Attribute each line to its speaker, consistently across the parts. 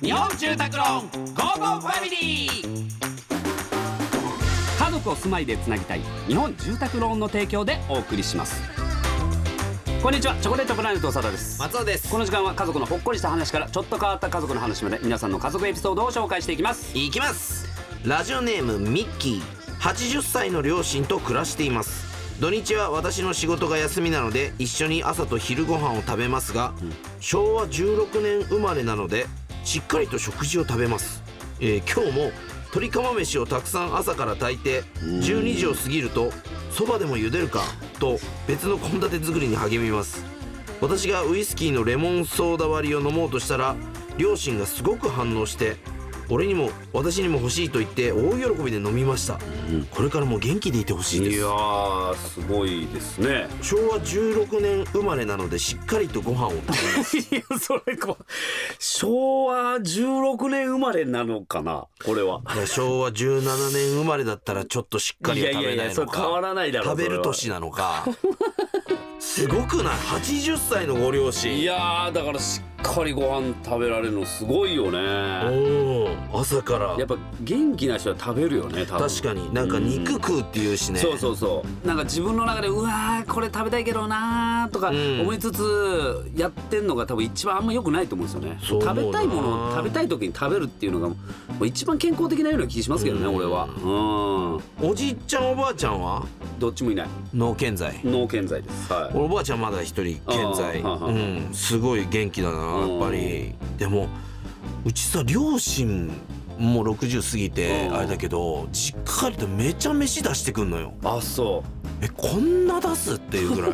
Speaker 1: 日本住宅ローンゴーゴーファミリー家族を住まいでつなぎたい日本住宅ローンの提供でお送りしますこんにちはチョコレートプラネット長田です
Speaker 2: 松尾です
Speaker 1: この時間は家族のほっこりした話からちょっと変わった家族の話まで皆さんの家族エピソードを紹介していきます
Speaker 2: いきますラジオネームミッキー80歳の両親と暮らしています土日は私の仕事が休みなので一緒に朝と昼ご飯を食べますが、昭和16年生まれなのでしっかりと食事を食べます、えー今日も鶏釜飯をたくさん朝から炊いて12時を過ぎるとそばでも茹でるかと別の献立作りに励みます私がウイスキーのレモンソーダ割りを飲もうとしたら両親がすごく反応して俺にも私にも欲しいと言って大喜びで飲みました、これからも元気でいてほしいです
Speaker 1: ーすごいですね
Speaker 2: 昭和16年生まれなのでしっかりとご飯 を食べ
Speaker 1: いやそれこう昭和16年生まれなのかなこれは
Speaker 2: る昭和17年生まれだったらちょっとしっかりは食べない
Speaker 1: そ
Speaker 2: の
Speaker 1: れ変わ
Speaker 2: から
Speaker 1: ないだろ
Speaker 2: 食べる年なのかすごくない80歳のご両
Speaker 1: い
Speaker 2: 親
Speaker 1: やーだからしっかりご飯食べられるのすごいよ
Speaker 2: お
Speaker 1: ね
Speaker 2: ー朝から
Speaker 1: やっぱ元気な人は食べるよね多分
Speaker 2: 確かになんか肉食うっていうしね
Speaker 1: そうそうそうなんか自分の中でうわーこれ食べたいけどなーとか
Speaker 2: うん
Speaker 1: 思いつつ、やってんのが多分一番あんま良くないと思うんですよね
Speaker 2: そう思う
Speaker 1: 食
Speaker 2: な
Speaker 1: べたいものを食べたい時に食べるっていうのがもう一番健康的なような気しますけどね、
Speaker 2: うん
Speaker 1: 俺はう
Speaker 2: おじいちゃんおばあちゃんは
Speaker 1: んどっちもいない
Speaker 2: 脳健在
Speaker 1: 脳健在ですはい
Speaker 2: 俺おばあちゃんまだ一人健
Speaker 1: あ
Speaker 2: 在
Speaker 1: ーはあはあ
Speaker 2: うんすごい元気だなやっぱりでもうちさ両親もう60過ぎて
Speaker 1: うん
Speaker 2: あれだけどしっかりとめちゃ飯出してくんのよ
Speaker 1: あそう
Speaker 2: えこんな出すっていう ぐらい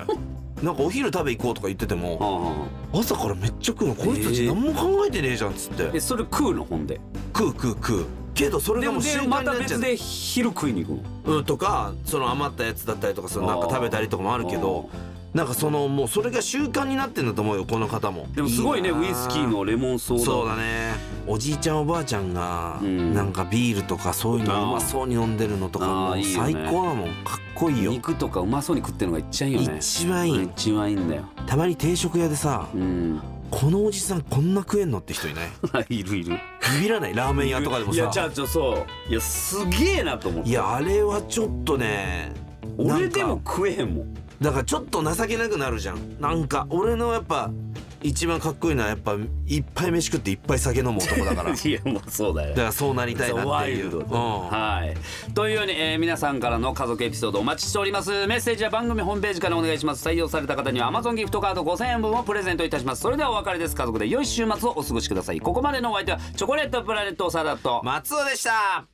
Speaker 2: なんかお昼食べ行こうとか言ってても
Speaker 1: あ
Speaker 2: 朝からめっちゃ食うのこいつた
Speaker 1: え
Speaker 2: ち
Speaker 1: ー
Speaker 2: 何も考えてねえじゃんっつって
Speaker 1: えそれ食うのほんで
Speaker 2: 食う食う食うけどそれ
Speaker 1: で
Speaker 2: がも
Speaker 1: も
Speaker 2: う習
Speaker 1: で
Speaker 2: 慣に
Speaker 1: また
Speaker 2: なっちゃ
Speaker 1: 別
Speaker 2: う
Speaker 1: で昼食いに行くの
Speaker 2: うんとかその余ったやつだったりとかそのなんか食べたりとかもあるけどなんかそのもうそれが習慣になってんだと思うよこの方も
Speaker 1: でもすごいね
Speaker 2: なあ
Speaker 1: ウイスキーのレモンソーダ
Speaker 2: そうだねおじいちゃんおばあちゃんが
Speaker 1: うん
Speaker 2: なんかビールとかそういうのうまそうに飲んでるのとか
Speaker 1: あ
Speaker 2: も
Speaker 1: ー
Speaker 2: う
Speaker 1: いいよね
Speaker 2: 最高だもんかっこいいよ
Speaker 1: 肉とかうまそうに食ってるのがいっちゃいいよね
Speaker 2: 一番いい
Speaker 1: 一番いいんだよ
Speaker 2: たまに定食屋でさ
Speaker 1: うん
Speaker 2: このおじさんこんな食えんのって人いない
Speaker 1: いるいる
Speaker 2: ビビらないラーメン屋とかでも
Speaker 1: いやじゃ
Speaker 2: さ
Speaker 1: あじゃあそういやすげえなと思っ
Speaker 2: い
Speaker 1: て
Speaker 2: やあれはちょっとね
Speaker 1: 俺で
Speaker 2: なん
Speaker 1: も
Speaker 2: か
Speaker 1: 食えへんもん
Speaker 2: だからちょっと情けなくなるじゃんなんか俺のやっぱ一番かっこいいのはやっぱいっぱい飯食っていっぱい酒飲む男だから だ
Speaker 1: いやもうそうだよ
Speaker 2: からそうなりたいなっ
Speaker 1: ワ
Speaker 2: て
Speaker 1: イ
Speaker 2: いう、
Speaker 1: ルド
Speaker 2: うん
Speaker 1: で、はいというように、えー皆さんからの家族エピソードお待ちしておりますメッセージは番組ホームページからお願いします採用された方には Amazon ギフトカード5000円分をプレゼントいたしますそれではお別れです家族で良い週末をお過ごしくださいここまでのお相手はチョコレートプラネットサラダと
Speaker 2: 松尾でした